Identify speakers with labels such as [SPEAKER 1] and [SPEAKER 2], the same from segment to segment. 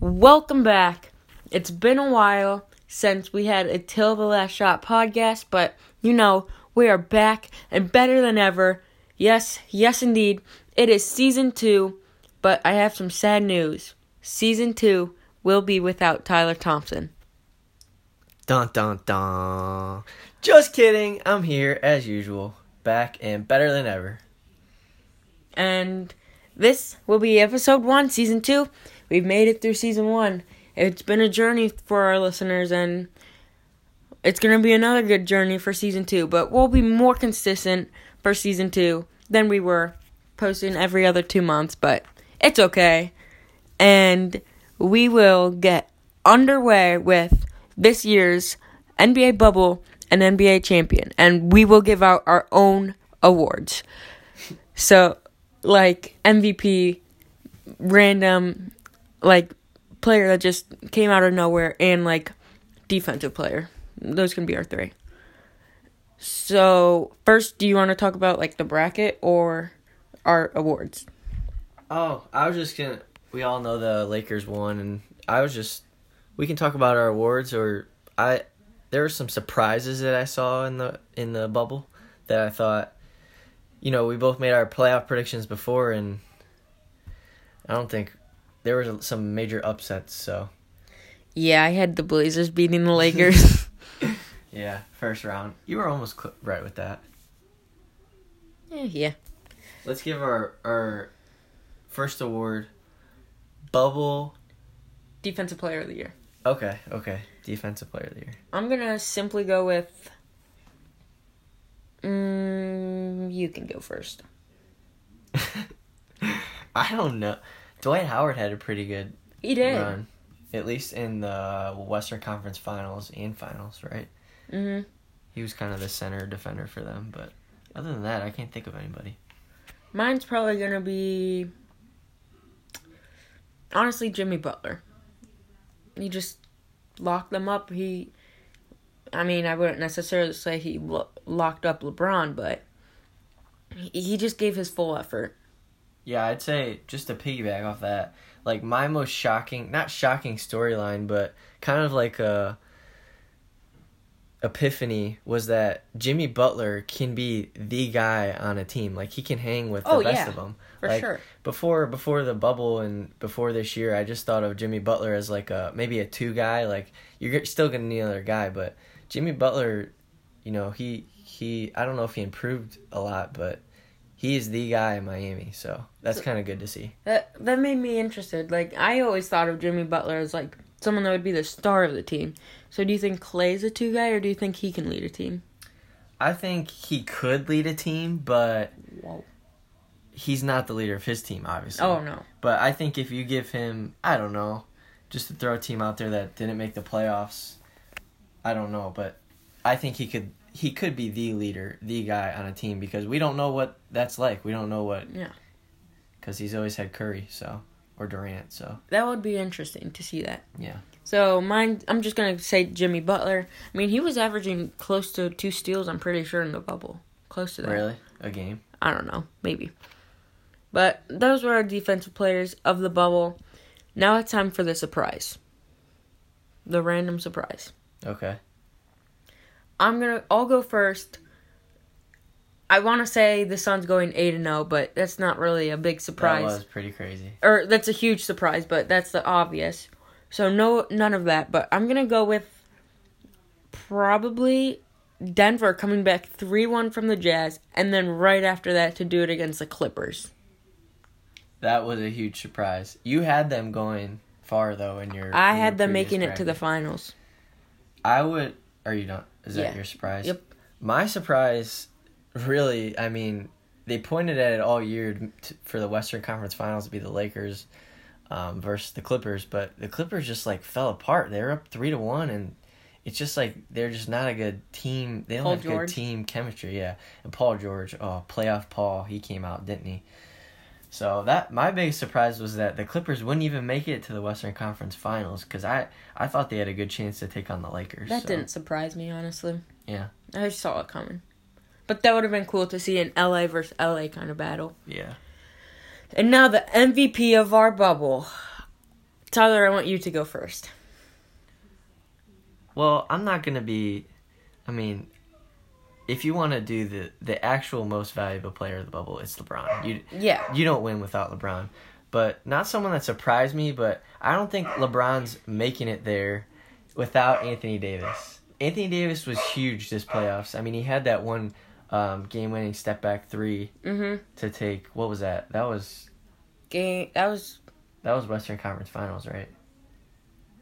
[SPEAKER 1] Welcome back. It's been a while since we had a Till the Last Shot podcast, but you know, we are back and better than ever. Yes, yes, indeed. It is season two, but I have some sad news. Season two will be without Tyler Thompson.
[SPEAKER 2] Dun dun dun. Just kidding. I'm here as usual, back and better than ever.
[SPEAKER 1] And this will be episode one, season two. We've made it through season one. It's been a journey for our listeners, and it's going to be another good journey for season two. But we'll be more consistent for season two than we were posting every other two months. But it's okay. And we will get underway with this year's NBA bubble and NBA champion. And we will give out our own awards. So, like MVP, random, like player that just came out of nowhere, and like defensive player. Those can be our three. So, first, do you want to talk about like the bracket or our awards?
[SPEAKER 2] Oh, I was just gonna. We all know the Lakers won, and I was just. We can talk about our awards, or I. There were some surprises that I saw in the in the bubble that I thought. You know, we both made our playoff predictions before, and I don't think there were some major upsets. So
[SPEAKER 1] Yeah, I had the Blazers beating the Lakers.
[SPEAKER 2] yeah, first round, you were almost cl- right with that.
[SPEAKER 1] Eh, yeah.
[SPEAKER 2] Let's give our our first award bubble.
[SPEAKER 1] Defensive player of the year.
[SPEAKER 2] Okay, okay. Defensive player of the year.
[SPEAKER 1] I'm going to simply go with. Mm, you can go first.
[SPEAKER 2] I don't know. Dwight Howard had a pretty good
[SPEAKER 1] He did.
[SPEAKER 2] run, at least in the Western Conference Finals and Finals, right?
[SPEAKER 1] Mm-hmm.
[SPEAKER 2] He was kind of the center defender for them, but other than that, I can't think of anybody.
[SPEAKER 1] Mine's probably gonna be honestly Jimmy Butler. He just locked them up. He, I mean, I wouldn't necessarily say he lo- locked up LeBron, but he, he just gave his full effort.
[SPEAKER 2] Yeah, I'd say just to piggyback off that, like my most shocking, not shocking storyline, but kind of like a epiphany was that Jimmy Butler can be the guy on a team. Like he can hang with the
[SPEAKER 1] Oh,
[SPEAKER 2] best
[SPEAKER 1] yeah,
[SPEAKER 2] of them.
[SPEAKER 1] for
[SPEAKER 2] like,
[SPEAKER 1] sure.
[SPEAKER 2] Before before the bubble and before this year, I just thought of Jimmy Butler as like a maybe a two guy. Like you're g- still gonna need another guy, but Jimmy Butler, you know he he I don't know if he improved a lot, but he is the guy in Miami. So that's kind of good to see.
[SPEAKER 1] That that made me interested. Like I always thought of Jimmy Butler as like someone that would be the star of the team. So do you think Clay's a two guy, or do you think he can lead a team?
[SPEAKER 2] I think he could lead a team, but
[SPEAKER 1] Whoa.
[SPEAKER 2] he's not the leader of his team, obviously.
[SPEAKER 1] Oh no.
[SPEAKER 2] But I think if you give him, I don't know, just to throw a team out there that didn't make the playoffs, I don't know, but I think he could he could be the leader, the guy on a team because we don't know what that's like. We don't know what
[SPEAKER 1] Yeah.
[SPEAKER 2] because he's always had Curry, so or Durant, so
[SPEAKER 1] That would be interesting to see that.
[SPEAKER 2] yeah.
[SPEAKER 1] So mine, I'm just gonna say Jimmy Butler. I mean, he was averaging close to two steals. I'm pretty sure in the bubble, close to that.
[SPEAKER 2] Really, a game.
[SPEAKER 1] I don't know, maybe. But those were our defensive players of the bubble. Now it's time for the surprise. The random surprise.
[SPEAKER 2] Okay.
[SPEAKER 1] I'm gonna. I'll go first. I want to say the Suns going eight and zero, but that's not really a big surprise.
[SPEAKER 2] That was pretty crazy.
[SPEAKER 1] or that's a huge surprise, but that's the obvious. So no, none of that. But I'm gonna go with probably Denver coming back three one from the Jazz, and then right after that to do it against the Clippers.
[SPEAKER 2] That was a huge surprise. You had them going far though in your.
[SPEAKER 1] I
[SPEAKER 2] in your
[SPEAKER 1] had them
[SPEAKER 2] previous
[SPEAKER 1] making it to the
[SPEAKER 2] bracket.
[SPEAKER 1] finals.
[SPEAKER 2] I would. Are you not? Is
[SPEAKER 1] Yeah.
[SPEAKER 2] that your surprise?
[SPEAKER 1] Yep.
[SPEAKER 2] My surprise, really. I mean, they pointed at it all year t for the Western Conference Finals to be the Lakers um, versus the Clippers, but the Clippers just like fell apart. They were up three to one, and it's just like they're just not a good team. They don't
[SPEAKER 1] Paul
[SPEAKER 2] have
[SPEAKER 1] George.
[SPEAKER 2] good team chemistry. Yeah, and Paul George, oh playoff Paul, he came out, didn't he? So that my biggest surprise was that the Clippers wouldn't even make it to the Western Conference Finals because I I thought they had a good chance to take on the Lakers.
[SPEAKER 1] That
[SPEAKER 2] so.
[SPEAKER 1] didn't surprise me honestly.
[SPEAKER 2] Yeah.
[SPEAKER 1] I saw it coming. But that would have been cool to see an LA versus LA kind of battle.
[SPEAKER 2] Yeah.
[SPEAKER 1] And now the MVP of our bubble. Tyler, I want you to go first.
[SPEAKER 2] Well, I'm not gonna be. I mean, if you want to do the the actual most valuable player of the bubble, it's LeBron. You
[SPEAKER 1] Yeah.
[SPEAKER 2] you don't win without LeBron, but not someone that surprised me. But I don't think LeBron's making it there without Anthony Davis. Anthony Davis was huge this playoffs. I mean, he had that one um, game winning step back three
[SPEAKER 1] Mhm.
[SPEAKER 2] to take. What was that? That was
[SPEAKER 1] Game. That was
[SPEAKER 2] that was Western Conference Finals, right?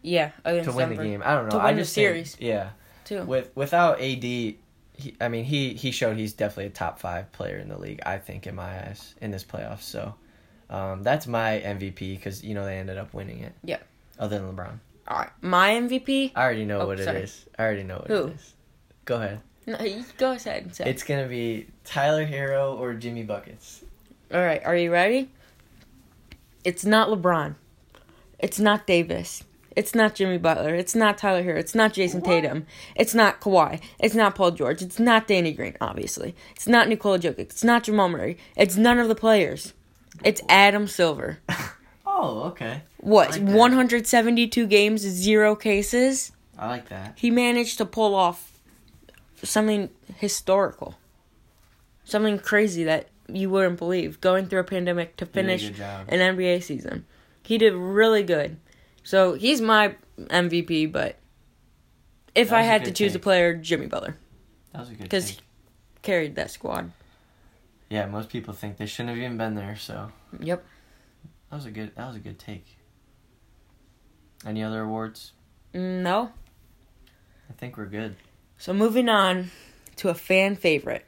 [SPEAKER 1] yeah. Against
[SPEAKER 2] To win the
[SPEAKER 1] Denver,
[SPEAKER 2] game. I don't
[SPEAKER 1] To
[SPEAKER 2] know. I
[SPEAKER 1] win the
[SPEAKER 2] just think-
[SPEAKER 1] series.
[SPEAKER 2] yeah.
[SPEAKER 1] too.
[SPEAKER 2] With without AD, he, I mean he he showed he's definitely a top five player in the league. I think in my eyes in this playoff. So um, that's my MVP because you know they ended up winning it.
[SPEAKER 1] Yeah.
[SPEAKER 2] Other than LeBron,
[SPEAKER 1] All right. My MVP.
[SPEAKER 2] I already know
[SPEAKER 1] Oh,
[SPEAKER 2] what
[SPEAKER 1] sorry.
[SPEAKER 2] it is. I already know what
[SPEAKER 1] Who?
[SPEAKER 2] it is. Go ahead.
[SPEAKER 1] No, you go ahead and say.
[SPEAKER 2] It's gonna be Tyler Hero or Jimmy buckets.
[SPEAKER 1] All right. Are you ready? It's not LeBron. It's not Davis. It's not Jimmy Butler. It's not Tyler Hero. It's not Jason Tatum. It's not Kawhi. It's not Paul George. It's not Danny Green, obviously. It's not Nikola Jokic. It's not Jamal Murray. It's none of the players. It's Adam Silver.
[SPEAKER 2] Oh, okay.
[SPEAKER 1] What?
[SPEAKER 2] like that.
[SPEAKER 1] 172 games, zero cases?
[SPEAKER 2] I like that.
[SPEAKER 1] he managed to pull off something historical, something crazy that you wouldn't believe. Going through a pandemic to
[SPEAKER 2] did a
[SPEAKER 1] finish
[SPEAKER 2] good job.
[SPEAKER 1] an NBA season, he did really good. So he's my MVP, but if
[SPEAKER 2] That
[SPEAKER 1] I
[SPEAKER 2] was a
[SPEAKER 1] had to
[SPEAKER 2] good
[SPEAKER 1] choose a
[SPEAKER 2] take.
[SPEAKER 1] player, Jimmy Butler
[SPEAKER 2] That was a good.
[SPEAKER 1] because he
[SPEAKER 2] Cause
[SPEAKER 1] carried that squad.
[SPEAKER 2] yeah, most people think they shouldn't have even been there. So
[SPEAKER 1] Yep.
[SPEAKER 2] that was a good. That was a good take. Any other awards?
[SPEAKER 1] Mm, No.
[SPEAKER 2] I think we're good.
[SPEAKER 1] So moving on to a fan favorite.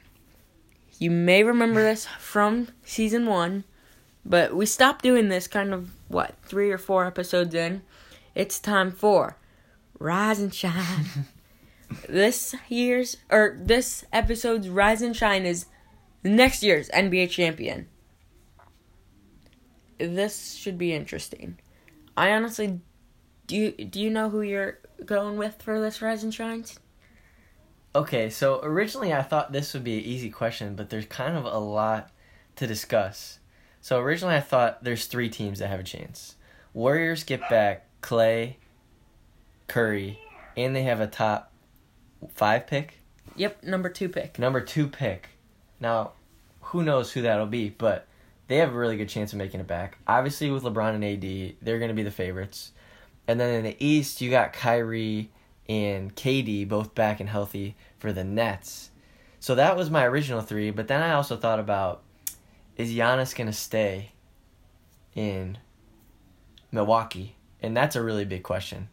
[SPEAKER 1] You may remember this from season one, but we stopped doing this kind of what three or four episodes in. It's time for Rise and Shine. this year's or this episode's Rise and Shine is next year's NBA champion. This should be interesting. I honestly do you, do you know who you're going with for this Rise and Shines?
[SPEAKER 2] Okay, so originally I thought this would be an easy question, but there's kind of a lot to discuss. So originally I thought there's three teams that have a chance. Warriors get back Clay, Curry, and they have a top five pick,
[SPEAKER 1] Yep, number two pick.
[SPEAKER 2] number two pick. Now, who knows who that'll be, but they have a really good chance of making it back. Obviously, with LeBron and AD, they're going to be the favorites. And then in the East, you got Kyrie and KD both back and healthy for the Nets. So that was my original three, but then I also thought about is Giannis going to stay in Milwaukee? And that's a really big question.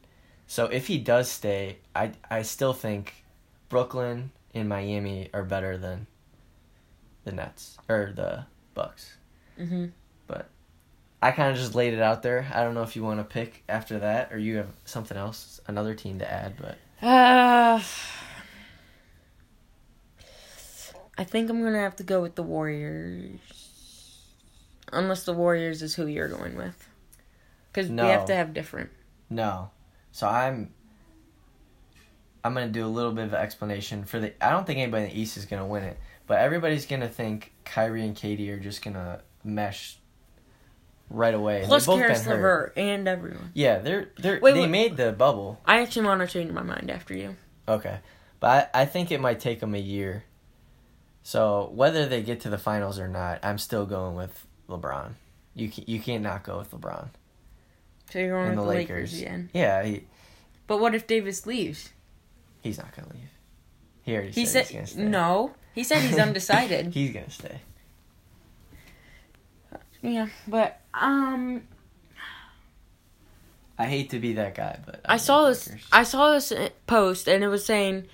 [SPEAKER 2] So if he does stay, I I still think Brooklyn and Miami are better than the Nets or the Bucks.
[SPEAKER 1] Mm-hmm.
[SPEAKER 2] But I kind of just laid it out there. I don't know if you want to pick after that or you have something else, another team to add. But
[SPEAKER 1] Uh, I think I'm gonna have to go with the Warriors, unless the Warriors is who you're going with, because
[SPEAKER 2] No.
[SPEAKER 1] we have to have different.
[SPEAKER 2] no, so I'm I'm gonna do a little bit of explanation for the. I don't think anybody in the East is gonna win it, but everybody's gonna think Kyrie and Katie are just gonna mesh right away. They've
[SPEAKER 1] Plus,
[SPEAKER 2] both been
[SPEAKER 1] Karis
[SPEAKER 2] hurt.
[SPEAKER 1] LeVert and everyone.
[SPEAKER 2] Yeah, they're they're
[SPEAKER 1] Wait,
[SPEAKER 2] they
[SPEAKER 1] wait.
[SPEAKER 2] made the bubble.
[SPEAKER 1] I actually want to change my mind after you.
[SPEAKER 2] Okay. But I, I think it might take them a year. So whether they get to the finals or not, I'm still going with LeBron. You can, you can't not go with LeBron
[SPEAKER 1] So you're going
[SPEAKER 2] and
[SPEAKER 1] with
[SPEAKER 2] the
[SPEAKER 1] the Lakers.
[SPEAKER 2] Lakers.
[SPEAKER 1] again.
[SPEAKER 2] Yeah, he,
[SPEAKER 1] But what if Davis leaves?
[SPEAKER 2] he's not gonna leave. He already
[SPEAKER 1] He
[SPEAKER 2] said,
[SPEAKER 1] said
[SPEAKER 2] he's gonna stay.
[SPEAKER 1] no. He said he's undecided.
[SPEAKER 2] he's gonna stay.
[SPEAKER 1] yeah, but um.
[SPEAKER 2] I hate to be that guy, but
[SPEAKER 1] I
[SPEAKER 2] I'm
[SPEAKER 1] saw
[SPEAKER 2] the
[SPEAKER 1] this.
[SPEAKER 2] Lakers.
[SPEAKER 1] I saw this uh, post, and it was saying,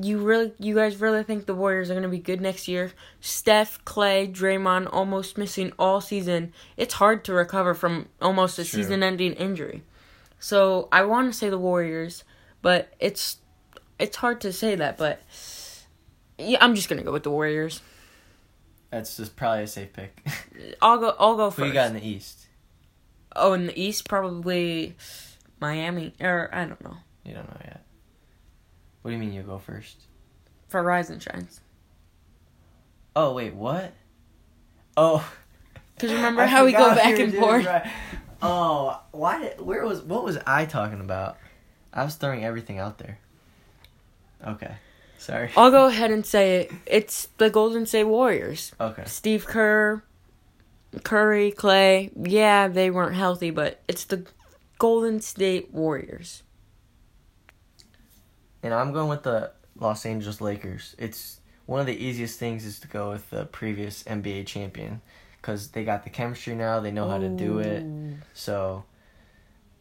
[SPEAKER 1] "You really, you guys really think the Warriors are gonna be good next year? Steph, Clay, Draymond almost missing all season. It's hard to recover from almost a
[SPEAKER 2] True.
[SPEAKER 1] season-ending injury. So I want to say the Warriors, but it's it's hard to say that. But yeah, I'm just gonna go with the Warriors.
[SPEAKER 2] That's just probably a safe pick.
[SPEAKER 1] I'll go. I'll go
[SPEAKER 2] Who
[SPEAKER 1] first.
[SPEAKER 2] you got in the East?
[SPEAKER 1] oh, in the East, probably Miami, or I don't know.
[SPEAKER 2] You don't know yet. What do you mean you go first?
[SPEAKER 1] For Rise and Shines.
[SPEAKER 2] Oh wait, what? Oh.
[SPEAKER 1] Because remember
[SPEAKER 2] I
[SPEAKER 1] how we go
[SPEAKER 2] forgot
[SPEAKER 1] back
[SPEAKER 2] were
[SPEAKER 1] and
[SPEAKER 2] doing
[SPEAKER 1] forth.
[SPEAKER 2] Ri- Oh, why? Did, where was? What was I talking about? I was throwing everything out there. Okay, sorry.
[SPEAKER 1] I'll go ahead and say it. It's the Golden State Warriors.
[SPEAKER 2] Okay.
[SPEAKER 1] Steve Kerr, Curry, Clay. Yeah, they weren't healthy, but it's the Golden State Warriors.
[SPEAKER 2] And I'm going with the Los Angeles Lakers. It's one of the easiest things is to go with the previous NBA champion because they got the chemistry now. They know how to do it. So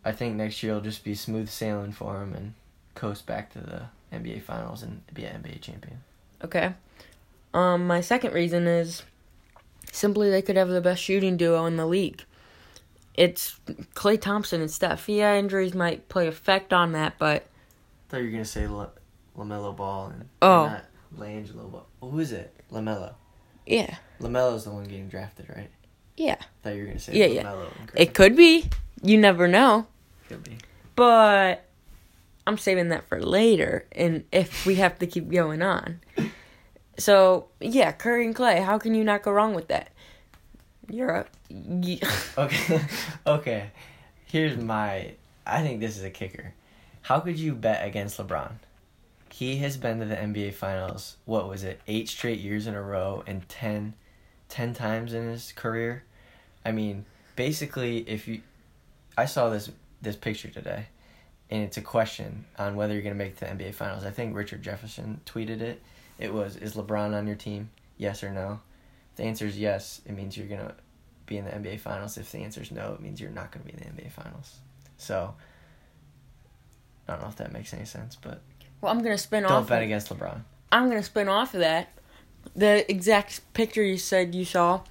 [SPEAKER 2] I think next year will just be smooth sailing for them and coast back to the NBA Finals and be an NBA champion.
[SPEAKER 1] Okay. Um, my second reason is simply they could have the best shooting duo in the league. It's Clay Thompson and Steph. Yeah, injuries might play effect on that, but
[SPEAKER 2] thought you were gonna say La- Lamelo Ball and
[SPEAKER 1] Oh.
[SPEAKER 2] not Langelo Ball. Who is it? Lamelo.
[SPEAKER 1] yeah,
[SPEAKER 2] Lamelo's the one getting drafted, right?
[SPEAKER 1] yeah,
[SPEAKER 2] Thought you were gonna say
[SPEAKER 1] Yeah, yeah.
[SPEAKER 2] Lamelo. and
[SPEAKER 1] it could be. You never know,
[SPEAKER 2] could be.
[SPEAKER 1] but I'm saving that for later, and if we have to keep going on. So yeah, Curry and Clay. How can you not go wrong with that? You're a, y-
[SPEAKER 2] Okay, okay. Here's my. I think this is a kicker. How could you bet against LeBron? He has been to the NBA Finals. What was it? Eight straight years in a row, and 10, 10 times in his career. I mean, basically, if you, I saw this this picture today, and it's a question on whether you're gonna make the NBA Finals. I think Richard Jefferson tweeted it. It was, is LeBron on your team? Yes or no? If the answer is yes, it means you're gonna be in the NBA Finals. If the answer is no, it means you're not going to be in the NBA Finals. So, I don't know if that makes any sense, but
[SPEAKER 1] well, I'm gonna spin
[SPEAKER 2] don't
[SPEAKER 1] off.
[SPEAKER 2] bet
[SPEAKER 1] of-
[SPEAKER 2] against LeBron.
[SPEAKER 1] I'm gonna spin off of that. The exact picture you said you saw.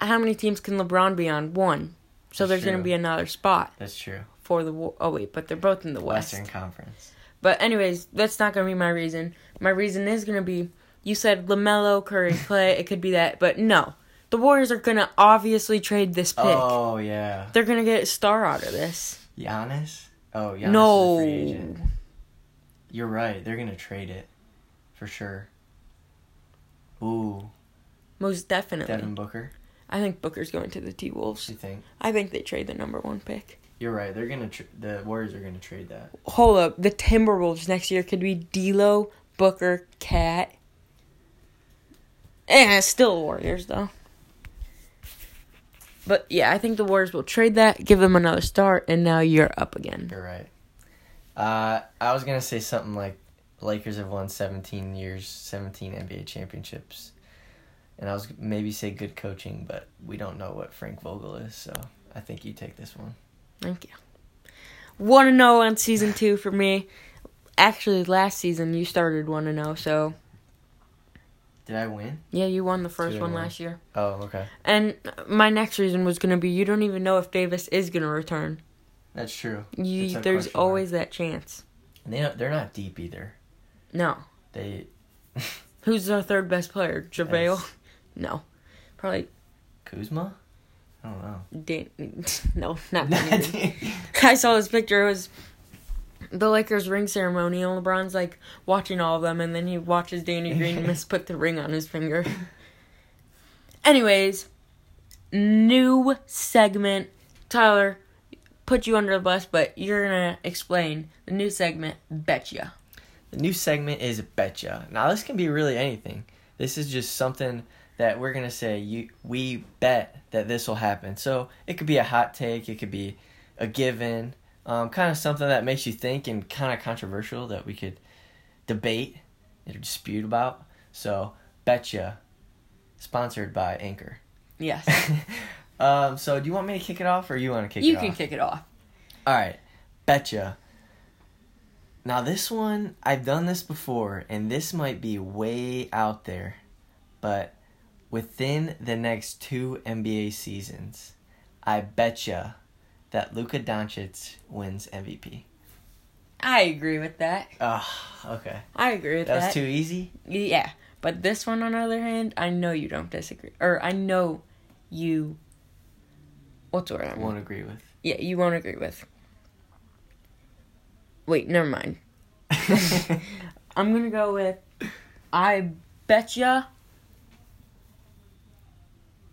[SPEAKER 1] How many teams can LeBron be on? One. So
[SPEAKER 2] That's
[SPEAKER 1] there's gonna
[SPEAKER 2] true.
[SPEAKER 1] be another spot
[SPEAKER 2] That's true.
[SPEAKER 1] for the. Wa- Oh wait, but they're both in the West.
[SPEAKER 2] Western Conference.
[SPEAKER 1] But anyways, that's not gonna be my reason. My reason is gonna be you said Lamelo, Curry, Clay. it could be that, but no. The Warriors are gonna obviously trade this pick.
[SPEAKER 2] Oh yeah,
[SPEAKER 1] They're gonna get a star out of this.
[SPEAKER 2] Giannis. Oh Giannis
[SPEAKER 1] no.
[SPEAKER 2] is a free agent. You're right. They're going to trade it, for sure. Ooh,
[SPEAKER 1] Most definitely.
[SPEAKER 2] Devin Booker.
[SPEAKER 1] I think Booker's going to the T Wolves.
[SPEAKER 2] You think?
[SPEAKER 1] I think they trade the number one pick.
[SPEAKER 2] You're right. They're gonna. Tr- the Warriors are gonna trade that.
[SPEAKER 1] hold up, the Timberwolves next year could be D'Lo, Booker, Cat. Eh, it's still Warriors though. But yeah, I think the Warriors will trade that, give them another start, and now you're up again.
[SPEAKER 2] You're right. Uh, I was gonna say something like Lakers have won 17 years, 17 NBA championships, and I was g- maybe say good coaching, but we don't know what Frank Vogel is, so I think you take this one.
[SPEAKER 1] Thank you. One and zero on season two for me. Actually, last season you started one and zero, so
[SPEAKER 2] Did I win?
[SPEAKER 1] yeah, you won the first
[SPEAKER 2] Two to
[SPEAKER 1] one
[SPEAKER 2] one.
[SPEAKER 1] last year.
[SPEAKER 2] Oh, okay,
[SPEAKER 1] And my next reason was gonna be you don't even know if Davis is gonna return.
[SPEAKER 2] that's true. It's
[SPEAKER 1] You,
[SPEAKER 2] a
[SPEAKER 1] there's
[SPEAKER 2] question mark.
[SPEAKER 1] always that chance.
[SPEAKER 2] And they don't, they're not deep either.
[SPEAKER 1] No.
[SPEAKER 2] They
[SPEAKER 1] Who's our third best player? JaVale? No. Probably
[SPEAKER 2] Kuzma. I don't know.
[SPEAKER 1] Dan. No, not Dan. I saw this picture. It was the Lakers ring ceremony, and LeBron's like watching all of them, and then he watches Danny Green misput the ring on his finger. Anyways, new segment. Tyler, put you under the bus, but you're gonna explain the new segment. Betcha.
[SPEAKER 2] The new segment is betcha. Now this can be really anything. This is just something that we're gonna say you we bet that this will happen. So it could be a hot take, it could be a given, um, kind of something that makes you think and kind of controversial that we could debate or dispute about. So betcha, sponsored by Anchor.
[SPEAKER 1] Yes.
[SPEAKER 2] um, so do you want me to kick it off or you want to kick
[SPEAKER 1] you
[SPEAKER 2] it off?
[SPEAKER 1] can kick it off.
[SPEAKER 2] All right, betcha. Now this one, I've done this before, and this might be way out there, but within the next two NBA seasons, I betcha that Luka Doncic wins MVP.
[SPEAKER 1] I agree with that.
[SPEAKER 2] Ah, okay,
[SPEAKER 1] I agree with
[SPEAKER 2] that
[SPEAKER 1] that.
[SPEAKER 2] was too easy.
[SPEAKER 1] Yeah, but this one on the other hand, I know you don't disagree, or I know you. What's the word? I
[SPEAKER 2] I
[SPEAKER 1] want?
[SPEAKER 2] won't agree with.
[SPEAKER 1] Yeah, you won't agree with. Wait, never mind. I'm gonna go with. I betcha.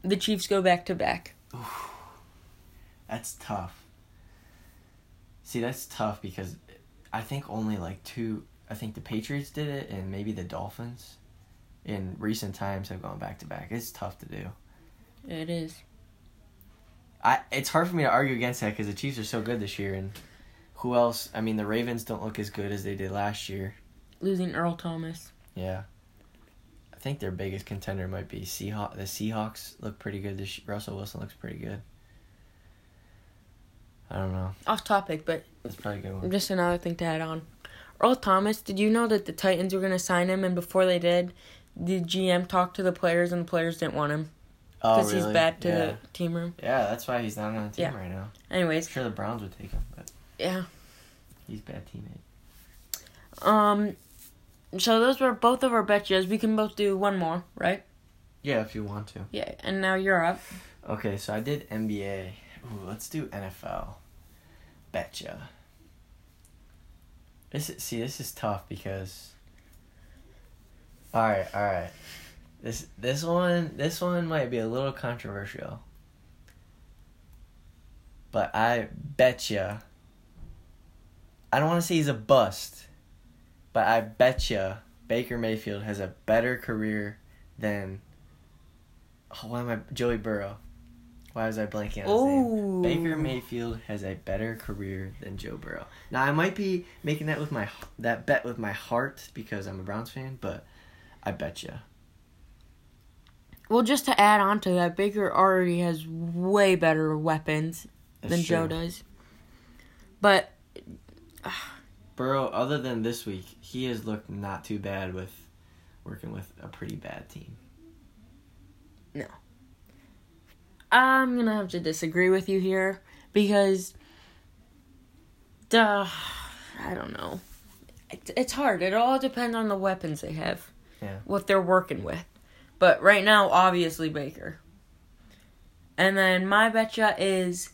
[SPEAKER 1] The Chiefs go back to back.
[SPEAKER 2] That's tough. See, that's tough because I think only like two. I think the Patriots did it, and maybe the Dolphins, in recent times have gone back to back. It's tough to do.
[SPEAKER 1] It is.
[SPEAKER 2] I it's hard for me to argue against that because the Chiefs are so good this year, and who else? I mean, the Ravens don't look as good as they did last year.
[SPEAKER 1] Losing Earl Thomas.
[SPEAKER 2] Yeah. I think their biggest contender might be Seahawks. The Seahawks look pretty good. This year. Russell Wilson looks pretty good. I don't know.
[SPEAKER 1] Off topic, but
[SPEAKER 2] That's probably a good one.
[SPEAKER 1] just another thing to add on. Earl Thomas, did you know that the Titans were going to sign him, and before they did, the GM talked to the players, and the players didn't want him
[SPEAKER 2] Oh,
[SPEAKER 1] because he's
[SPEAKER 2] really?
[SPEAKER 1] bad to
[SPEAKER 2] yeah.
[SPEAKER 1] the team room.
[SPEAKER 2] Yeah, that's why he's not on the team
[SPEAKER 1] Yeah.
[SPEAKER 2] right now.
[SPEAKER 1] Anyways,
[SPEAKER 2] Sure, the Browns would take him, but
[SPEAKER 1] yeah.
[SPEAKER 2] he's a bad teammate.
[SPEAKER 1] Um, so those were both of our betches. We can both do one more, right?
[SPEAKER 2] Yeah, if you want to.
[SPEAKER 1] Yeah. And now you're up.
[SPEAKER 2] Okay, so I did NBA. Ooh, let's do NFL. Betcha. This is, see, this is tough because. All right, all right. This this one this one might be a little controversial. But I betcha. I don't want to say he's a bust, but I betcha Baker Mayfield has a better career than. Oh, why am I Joey Burrow? Why was I blanking on his name?
[SPEAKER 1] Oh,
[SPEAKER 2] Baker Mayfield has a better career than Joe Burrow. Now I might be making that with my that bet with my heart because I'm a Browns fan, but I bet you.
[SPEAKER 1] Well, just to add on to that, Baker already has way better weapons than Joe does. But
[SPEAKER 2] Burrow, other than this week, he has looked not too bad with working with a pretty bad team.
[SPEAKER 1] I'm gonna have to disagree with you here because, duh, I don't know. It, it's hard. It all depends on the weapons they have.
[SPEAKER 2] Yeah.
[SPEAKER 1] What they're working with, but right now, obviously Baker. And then my betcha is.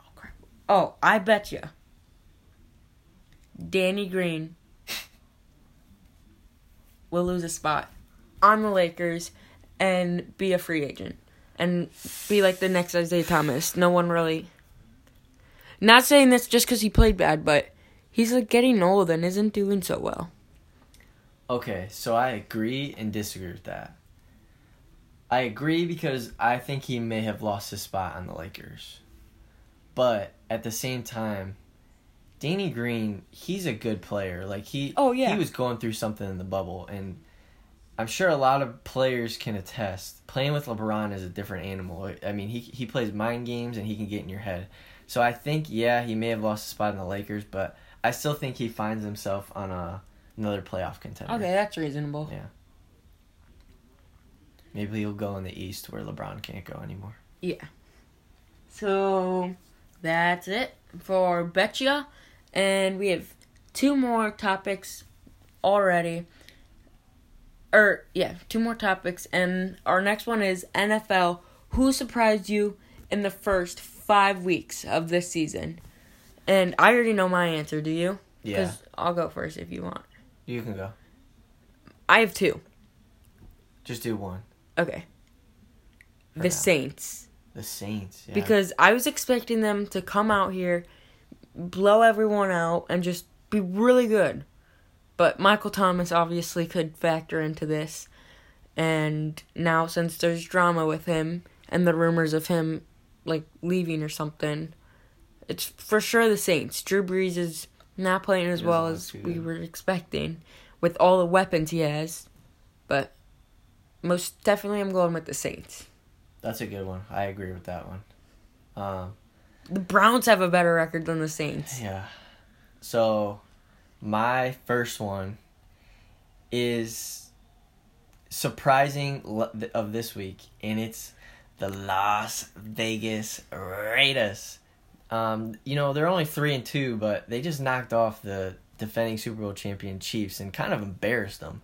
[SPEAKER 1] Oh crap! Oh, I betcha. Danny Green will lose a spot on the Lakers and be a free agent and be like the next Isaiah Thomas. No one really. Not saying this just because he played bad, but he's like getting old and isn't doing so well.
[SPEAKER 2] Okay, so I agree and disagree with that. I agree because I think he may have lost his spot on the Lakers. But at the same time, Danny Green, he's a good player. Like he
[SPEAKER 1] Oh, yeah.
[SPEAKER 2] he was going through something in the bubble and I'm sure a lot of players can attest. Playing with LeBron is a different animal. I mean, he he plays mind games and he can get in your head. So I think yeah, he may have lost his spot in the Lakers, but I still think he finds himself on a another playoff contender.
[SPEAKER 1] Okay, that's reasonable.
[SPEAKER 2] Yeah. Maybe he'll go in the East where LeBron can't go anymore.
[SPEAKER 1] Yeah. So that's it for Betcha. And we have two more topics already. Or, yeah, two more topics. And our next one is NFL. Who surprised you in the first five weeks of this season? And I already know my answer, do you?
[SPEAKER 2] Yeah.
[SPEAKER 1] I'll go first if you want.
[SPEAKER 2] You can go.
[SPEAKER 1] I have two.
[SPEAKER 2] Just do one.
[SPEAKER 1] Okay.
[SPEAKER 2] For
[SPEAKER 1] The
[SPEAKER 2] now.
[SPEAKER 1] Saints.
[SPEAKER 2] The Saints. Yeah.
[SPEAKER 1] because I was expecting them to come out here, blow everyone out, and just be really good. But Michael Thomas obviously could factor into this. And now, since there's drama with him and the rumors of him like leaving or something, it's for sure the Saints. Drew Brees is not playing as
[SPEAKER 2] He
[SPEAKER 1] well
[SPEAKER 2] doesn't
[SPEAKER 1] as
[SPEAKER 2] look too
[SPEAKER 1] we
[SPEAKER 2] good.
[SPEAKER 1] were expecting with all the weapons he has. But most definitely, I'm going with the Saints.
[SPEAKER 2] that's a good one. I agree with that one. Um,
[SPEAKER 1] The Browns have a better record than the Saints.
[SPEAKER 2] yeah. So, my first one is surprising l- of this week, and it's the Las Vegas Raiders. Um, you know they're only three and two, but they just knocked off the defending Super Bowl champion Chiefs and kind of embarrassed them.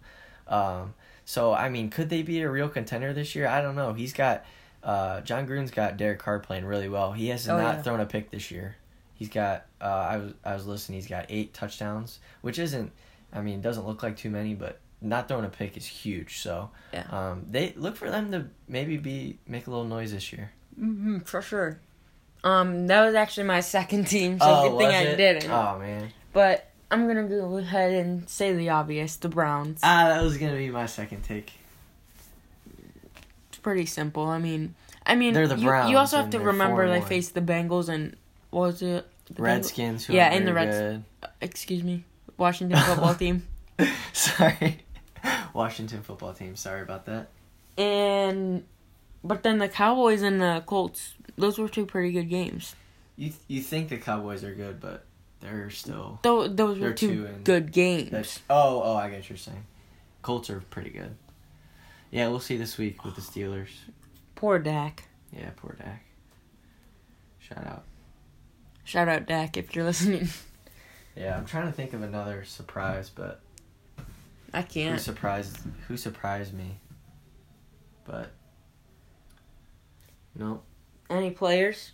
[SPEAKER 2] Um, so I mean, could they be a real contender this year? I don't know. He's got uh, John Gruden's got Derek Carr playing really well. He has
[SPEAKER 1] Oh,
[SPEAKER 2] not
[SPEAKER 1] yeah.
[SPEAKER 2] thrown a pick this year. He's got uh, I was I was listening. He's got eight touchdowns, which isn't I mean doesn't look like too many, but not throwing a pick is huge. So
[SPEAKER 1] Yeah.
[SPEAKER 2] um, they look for them to maybe be make a little noise this year.
[SPEAKER 1] hmm for sure. Um, that was actually my second team, so good thing
[SPEAKER 2] Oh, was
[SPEAKER 1] I
[SPEAKER 2] it?
[SPEAKER 1] didn't.
[SPEAKER 2] Oh man.
[SPEAKER 1] But I'm gonna go ahead and say the obvious: the Browns.
[SPEAKER 2] Ah, that was gonna be my second take.
[SPEAKER 1] it's pretty simple. I mean, I mean,
[SPEAKER 2] They're the
[SPEAKER 1] you,
[SPEAKER 2] Browns,
[SPEAKER 1] you also have
[SPEAKER 2] and
[SPEAKER 1] to
[SPEAKER 2] they're four
[SPEAKER 1] remember
[SPEAKER 2] and
[SPEAKER 1] they
[SPEAKER 2] one.
[SPEAKER 1] faced the Bengals and what was it the Bengals-
[SPEAKER 2] Redskins. Who
[SPEAKER 1] Yeah,
[SPEAKER 2] are
[SPEAKER 1] and the
[SPEAKER 2] very
[SPEAKER 1] Reds- excuse me, Washington football team.
[SPEAKER 2] good. Sorry, Washington football team. Sorry about that.
[SPEAKER 1] And but then the Cowboys and the Colts. Those were two pretty good games.
[SPEAKER 2] You you think the Cowboys are good, but they're still.
[SPEAKER 1] Tho- those were
[SPEAKER 2] They're two
[SPEAKER 1] two
[SPEAKER 2] and-
[SPEAKER 1] good games.
[SPEAKER 2] That's, oh oh, I get what you're saying. Colts are pretty good. Yeah, we'll see this week with the Steelers.
[SPEAKER 1] Poor Dak.
[SPEAKER 2] Yeah, poor Dak. Shout out.
[SPEAKER 1] Shout out Dak if you're listening.
[SPEAKER 2] Yeah, I'm trying to think of another surprise, but
[SPEAKER 1] I
[SPEAKER 2] who
[SPEAKER 1] can't.
[SPEAKER 2] surprised who surprised me? But no,
[SPEAKER 1] Any players?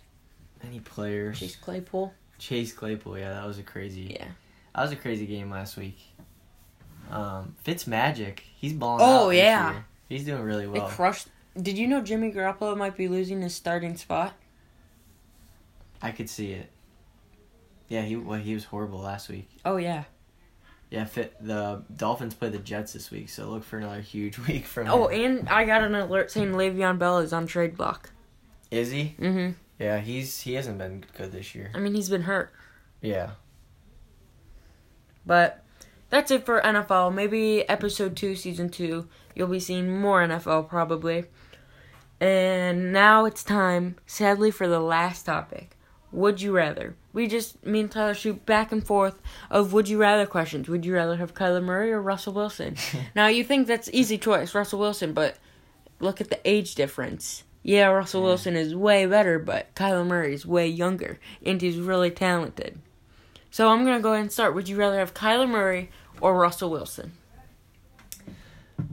[SPEAKER 2] any players?
[SPEAKER 1] Chase Claypool.
[SPEAKER 2] Chase Claypool, yeah, that was a crazy.
[SPEAKER 1] Yeah.
[SPEAKER 2] That was a crazy game last week. Um, Fitz Magic, he's balling.
[SPEAKER 1] Oh,
[SPEAKER 2] out this
[SPEAKER 1] yeah.
[SPEAKER 2] year. he's doing really
[SPEAKER 1] They
[SPEAKER 2] well.
[SPEAKER 1] crushed. Did you know Jimmy Garoppolo might be losing his starting spot?
[SPEAKER 2] I could see it. Yeah, he well, he was horrible last week.
[SPEAKER 1] Oh yeah.
[SPEAKER 2] Yeah, fit the Dolphins play the Jets this week, so look for another huge week from.
[SPEAKER 1] Oh,
[SPEAKER 2] him.
[SPEAKER 1] and I got an alert saying Le'Veon Bell is on trade block.
[SPEAKER 2] is he?
[SPEAKER 1] Mm-hmm.
[SPEAKER 2] Yeah, he's he hasn't been good this year.
[SPEAKER 1] I mean, he's been hurt,
[SPEAKER 2] Yeah,
[SPEAKER 1] but that's it for NFL. Maybe episode two, season two, you'll be seeing more NFL probably. And now it's time, sadly, for the last topic. Would you rather? We just me and Tyler shoot back and forth of would you rather questions. Would you rather have Kyler Murray or Russell Wilson? now you think that's easy choice, Russell Wilson, but look at the age difference. Yeah, Russell Wilson is way better, but Kyler Murray is way younger and he's really talented. So I'm gonna go ahead and start. Would you rather have Kyler Murray or Russell Wilson?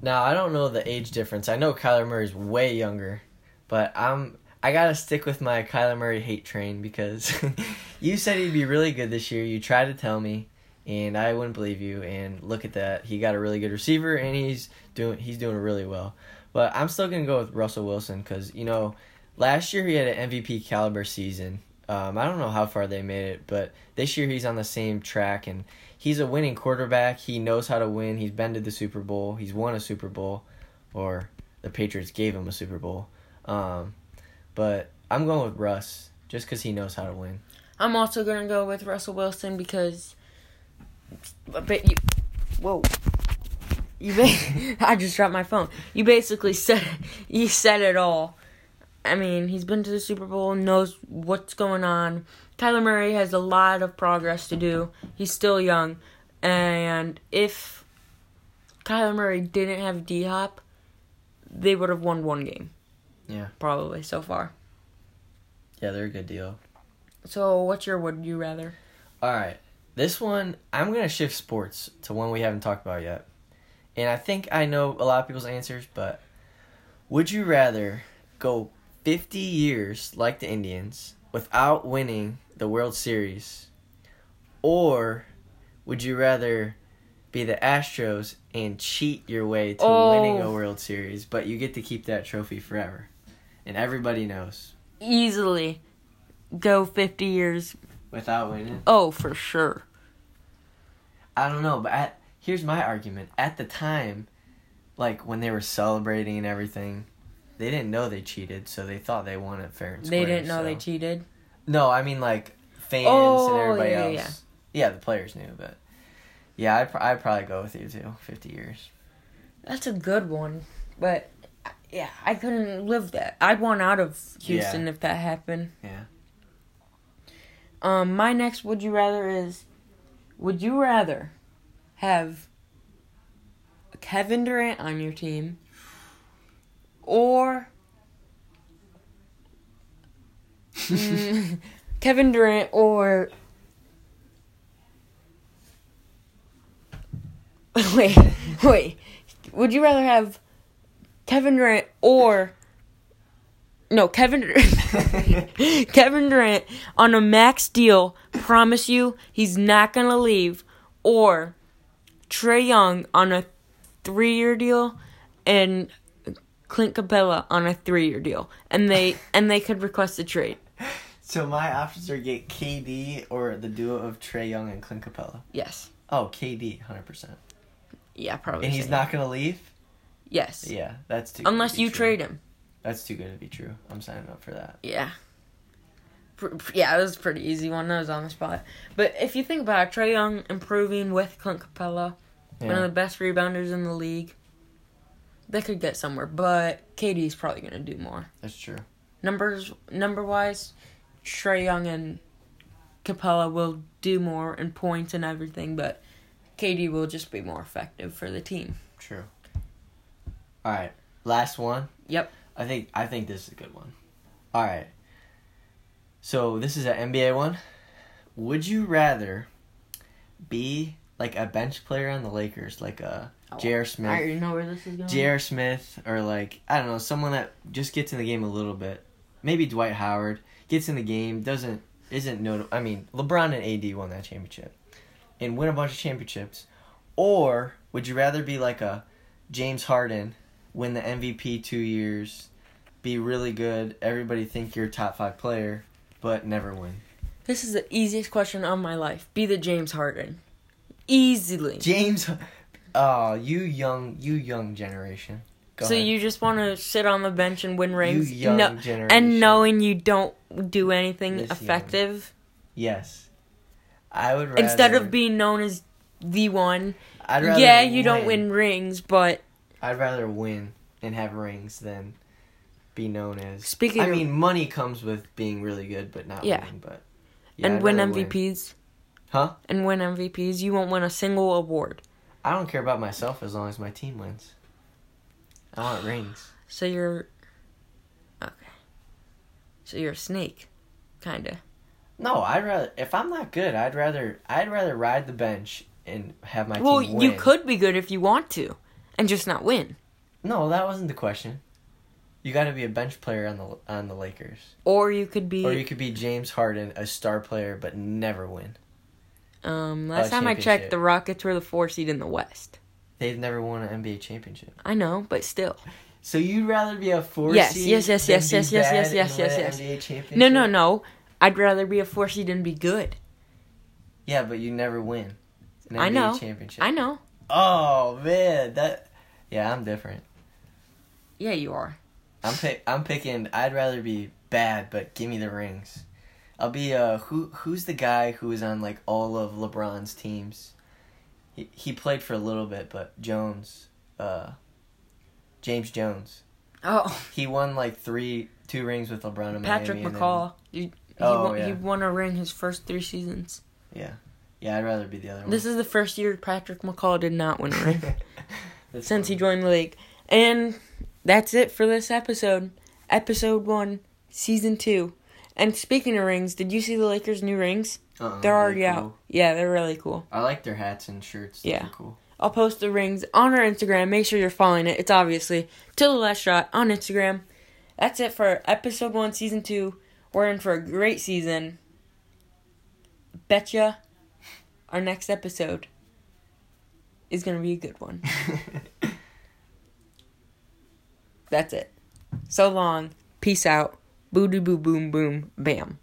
[SPEAKER 2] Now I don't know the age difference. I know Kyler Murray's way younger, but I'm I gotta stick with my Kyler Murray hate train because you said he'd be really good this year. You tried to tell me, and I wouldn't believe you. And look at that, he got a really good receiver, and he's doing he's doing really well. But I'm still gonna go with Russell Wilson because you know last year he had an MVP caliber season. Um, I don't know how far they made it, but this year he's on the same track and he's a winning quarterback. He knows how to win. He's been to the Super Bowl. He's won a Super Bowl, or the Patriots gave him a Super Bowl. Um, but I'm going with Russ just because he knows how to win.
[SPEAKER 1] I'm also gonna go with Russell Wilson because, but you, whoa, you ba- I just dropped my phone. You basically said you said it all. I mean, he's been to the Super Bowl, knows what's going on. Kyler Murray has a lot of progress to do. He's still young, and if Kyler Murray didn't have D Hop, they would have won one game
[SPEAKER 2] Yeah,
[SPEAKER 1] probably so far.
[SPEAKER 2] yeah, they're a good deal.
[SPEAKER 1] So, what's your would you rather?
[SPEAKER 2] All right, this one I'm gonna shift sports to one we haven't talked about yet, and I think I know a lot of people's answers. But would you rather go 50 years like the Indians without winning the World Series, or would you rather be the Astros and cheat your way to
[SPEAKER 1] Oh.
[SPEAKER 2] winning a World Series, but you get to keep that trophy forever, and everybody knows
[SPEAKER 1] easily go 50 years.
[SPEAKER 2] without winning?
[SPEAKER 1] Oh, for sure.
[SPEAKER 2] I don't know, but at, here's my argument. At the time, like when they were celebrating and everything, they didn't know they cheated, so they thought they won it fair and square.
[SPEAKER 1] they didn't know
[SPEAKER 2] so-
[SPEAKER 1] they cheated.
[SPEAKER 2] No, I mean like fans
[SPEAKER 1] Oh,
[SPEAKER 2] and everybody
[SPEAKER 1] yeah, yeah,
[SPEAKER 2] else. Yeah. the players knew, but yeah, I pr- I probably go with you too. Fifty years.
[SPEAKER 1] That's a good one, but uh, yeah, I couldn't live that. I'd want out of Houston if that happened.
[SPEAKER 2] Yeah.
[SPEAKER 1] Um, my next would you rather is would you rather have Kevin Durant on your team or Mm, Kevin Durant or wait, wait. Would you rather have Kevin Durant or no Kevin Kevin Durant on a max deal? Promise you, he's not gonna leave. Or Trey Young on a three-year deal and Clint Capella on a three-year deal, and they and they could request a trade.
[SPEAKER 2] So my options are get KD or the duo of Trey Young and Clint Capella.
[SPEAKER 1] Yes.
[SPEAKER 2] Oh, KD, hundred percent.
[SPEAKER 1] Yeah, probably.
[SPEAKER 2] And he's
[SPEAKER 1] same.
[SPEAKER 2] not gonna leave.
[SPEAKER 1] Yes.
[SPEAKER 2] Yeah, that's too. good to
[SPEAKER 1] Unless
[SPEAKER 2] be
[SPEAKER 1] you
[SPEAKER 2] true.
[SPEAKER 1] trade him.
[SPEAKER 2] That's too good to be true. I'm signing up for that.
[SPEAKER 1] Yeah. Pr- pr- Yeah, it was a pretty easy one. That was on the spot. But if you think about it, Trey Young improving with Clint Capella, one of
[SPEAKER 2] Yeah.
[SPEAKER 1] the best rebounders in the league, they could get somewhere. But KD's probably going to do more.
[SPEAKER 2] That's true.
[SPEAKER 1] Numbers number wise, Trey Young and Capella will do more in points and everything, but KD will just be more effective for the team.
[SPEAKER 2] True. All right, last one.
[SPEAKER 1] Yep.
[SPEAKER 2] I think I think this is a good one. All right. So this is an NBA one. Would you rather be like a bench player on the Lakers, like a
[SPEAKER 1] Oh,
[SPEAKER 2] J.R.
[SPEAKER 1] I
[SPEAKER 2] Smith,
[SPEAKER 1] already know where this is going.
[SPEAKER 2] J.R. Smith, or like I don't know, someone that just gets in the game a little bit. Maybe Dwight Howard gets in the game, doesn't isn't notable. I mean, LeBron and AD won that championship and win a bunch of championships. Or would you rather be like a James Harden, win the MVP two years, be really good, everybody think you're a top five player, but never win?
[SPEAKER 1] This is the easiest question of my life. Be the James Harden. Easily.
[SPEAKER 2] James, oh, you young, you young generation. Go
[SPEAKER 1] so
[SPEAKER 2] ahead.
[SPEAKER 1] you just want to sit on the bench and win rings?
[SPEAKER 2] young
[SPEAKER 1] no,
[SPEAKER 2] generation.
[SPEAKER 1] And knowing you don't do anything
[SPEAKER 2] This young.
[SPEAKER 1] effective
[SPEAKER 2] yes, I would rather,
[SPEAKER 1] instead of being known as the one.
[SPEAKER 2] I'd rather
[SPEAKER 1] Yeah, you don't win rings, but
[SPEAKER 2] I'd rather win and have rings than be known as.
[SPEAKER 1] Speaking
[SPEAKER 2] I
[SPEAKER 1] of-
[SPEAKER 2] mean, money comes with being really good, but not
[SPEAKER 1] Yeah.
[SPEAKER 2] winning. But
[SPEAKER 1] and
[SPEAKER 2] I'd
[SPEAKER 1] win
[SPEAKER 2] rather win.
[SPEAKER 1] MVPs
[SPEAKER 2] Huh?
[SPEAKER 1] and win MVPs, you won't win a single award.
[SPEAKER 2] I don't care about myself as long as my team wins. I want rings.
[SPEAKER 1] So you're okay. So you're a snake, kind of.
[SPEAKER 2] No, I'd rather. If I'm not good, I'd rather. I'd rather ride the bench and have my
[SPEAKER 1] Well,
[SPEAKER 2] team win.
[SPEAKER 1] you could be good if you want to, and just not win.
[SPEAKER 2] No, that wasn't the question. You got to be a bench player on the on the Lakers,
[SPEAKER 1] Or you could be
[SPEAKER 2] or you could be James Harden, a star player, but never win.
[SPEAKER 1] Um, last
[SPEAKER 2] A
[SPEAKER 1] time I
[SPEAKER 2] championship.
[SPEAKER 1] checked, the Rockets were the four seed in the West.
[SPEAKER 2] They've never won an NBA championship.
[SPEAKER 1] I know, but still.
[SPEAKER 2] So you'd rather be a four
[SPEAKER 1] Yes,
[SPEAKER 2] seed?
[SPEAKER 1] yes, yes,
[SPEAKER 2] than
[SPEAKER 1] yes,
[SPEAKER 2] be
[SPEAKER 1] yes, yes,
[SPEAKER 2] bad
[SPEAKER 1] yes,
[SPEAKER 2] and
[SPEAKER 1] yes,
[SPEAKER 2] win
[SPEAKER 1] yes,
[SPEAKER 2] an
[SPEAKER 1] yes.
[SPEAKER 2] NBA championship?
[SPEAKER 1] No, no, no. I'd rather be a four seed and be good.
[SPEAKER 2] Yeah, but you never win an NBA
[SPEAKER 1] I know.
[SPEAKER 2] championship.
[SPEAKER 1] I know.
[SPEAKER 2] Oh man, that. Yeah, I'm different.
[SPEAKER 1] Yeah, you are.
[SPEAKER 2] I'm pick. I'm picking. I'd rather be bad, but give me the rings. I'll be uh who who's the guy who was on like all of LeBron's teams. He he played for a little bit, but Jones, uh, James Jones.
[SPEAKER 1] Oh,
[SPEAKER 2] He won like three two rings with LeBron. In
[SPEAKER 1] Patrick
[SPEAKER 2] Miami, and then-
[SPEAKER 1] McCall. You- He,
[SPEAKER 2] Oh,
[SPEAKER 1] won, he
[SPEAKER 2] yeah.
[SPEAKER 1] won a ring his first three seasons.
[SPEAKER 2] yeah, I'd rather be the other one.
[SPEAKER 1] This is the first year Patrick McCall did not win a ring
[SPEAKER 2] That's
[SPEAKER 1] since he
[SPEAKER 2] funny.
[SPEAKER 1] joined the league. And that's it for this episode. Episode 1, Season 2. And speaking of rings, did you see the Lakers' new rings?
[SPEAKER 2] Uh-uh,
[SPEAKER 1] They're
[SPEAKER 2] really
[SPEAKER 1] already out.
[SPEAKER 2] cool.
[SPEAKER 1] Yeah, they're really cool.
[SPEAKER 2] I like their hats and shirts. Those
[SPEAKER 1] Yeah.
[SPEAKER 2] are cool.
[SPEAKER 1] I'll post the rings on our Instagram. Make sure you're following it. It's obviously till the last shot on Instagram. That's it for episode one, season two. We're in for a great season. Betcha our next episode is going to be a good one. That's it. So long. Peace out. Boo doo boo boom boom bam.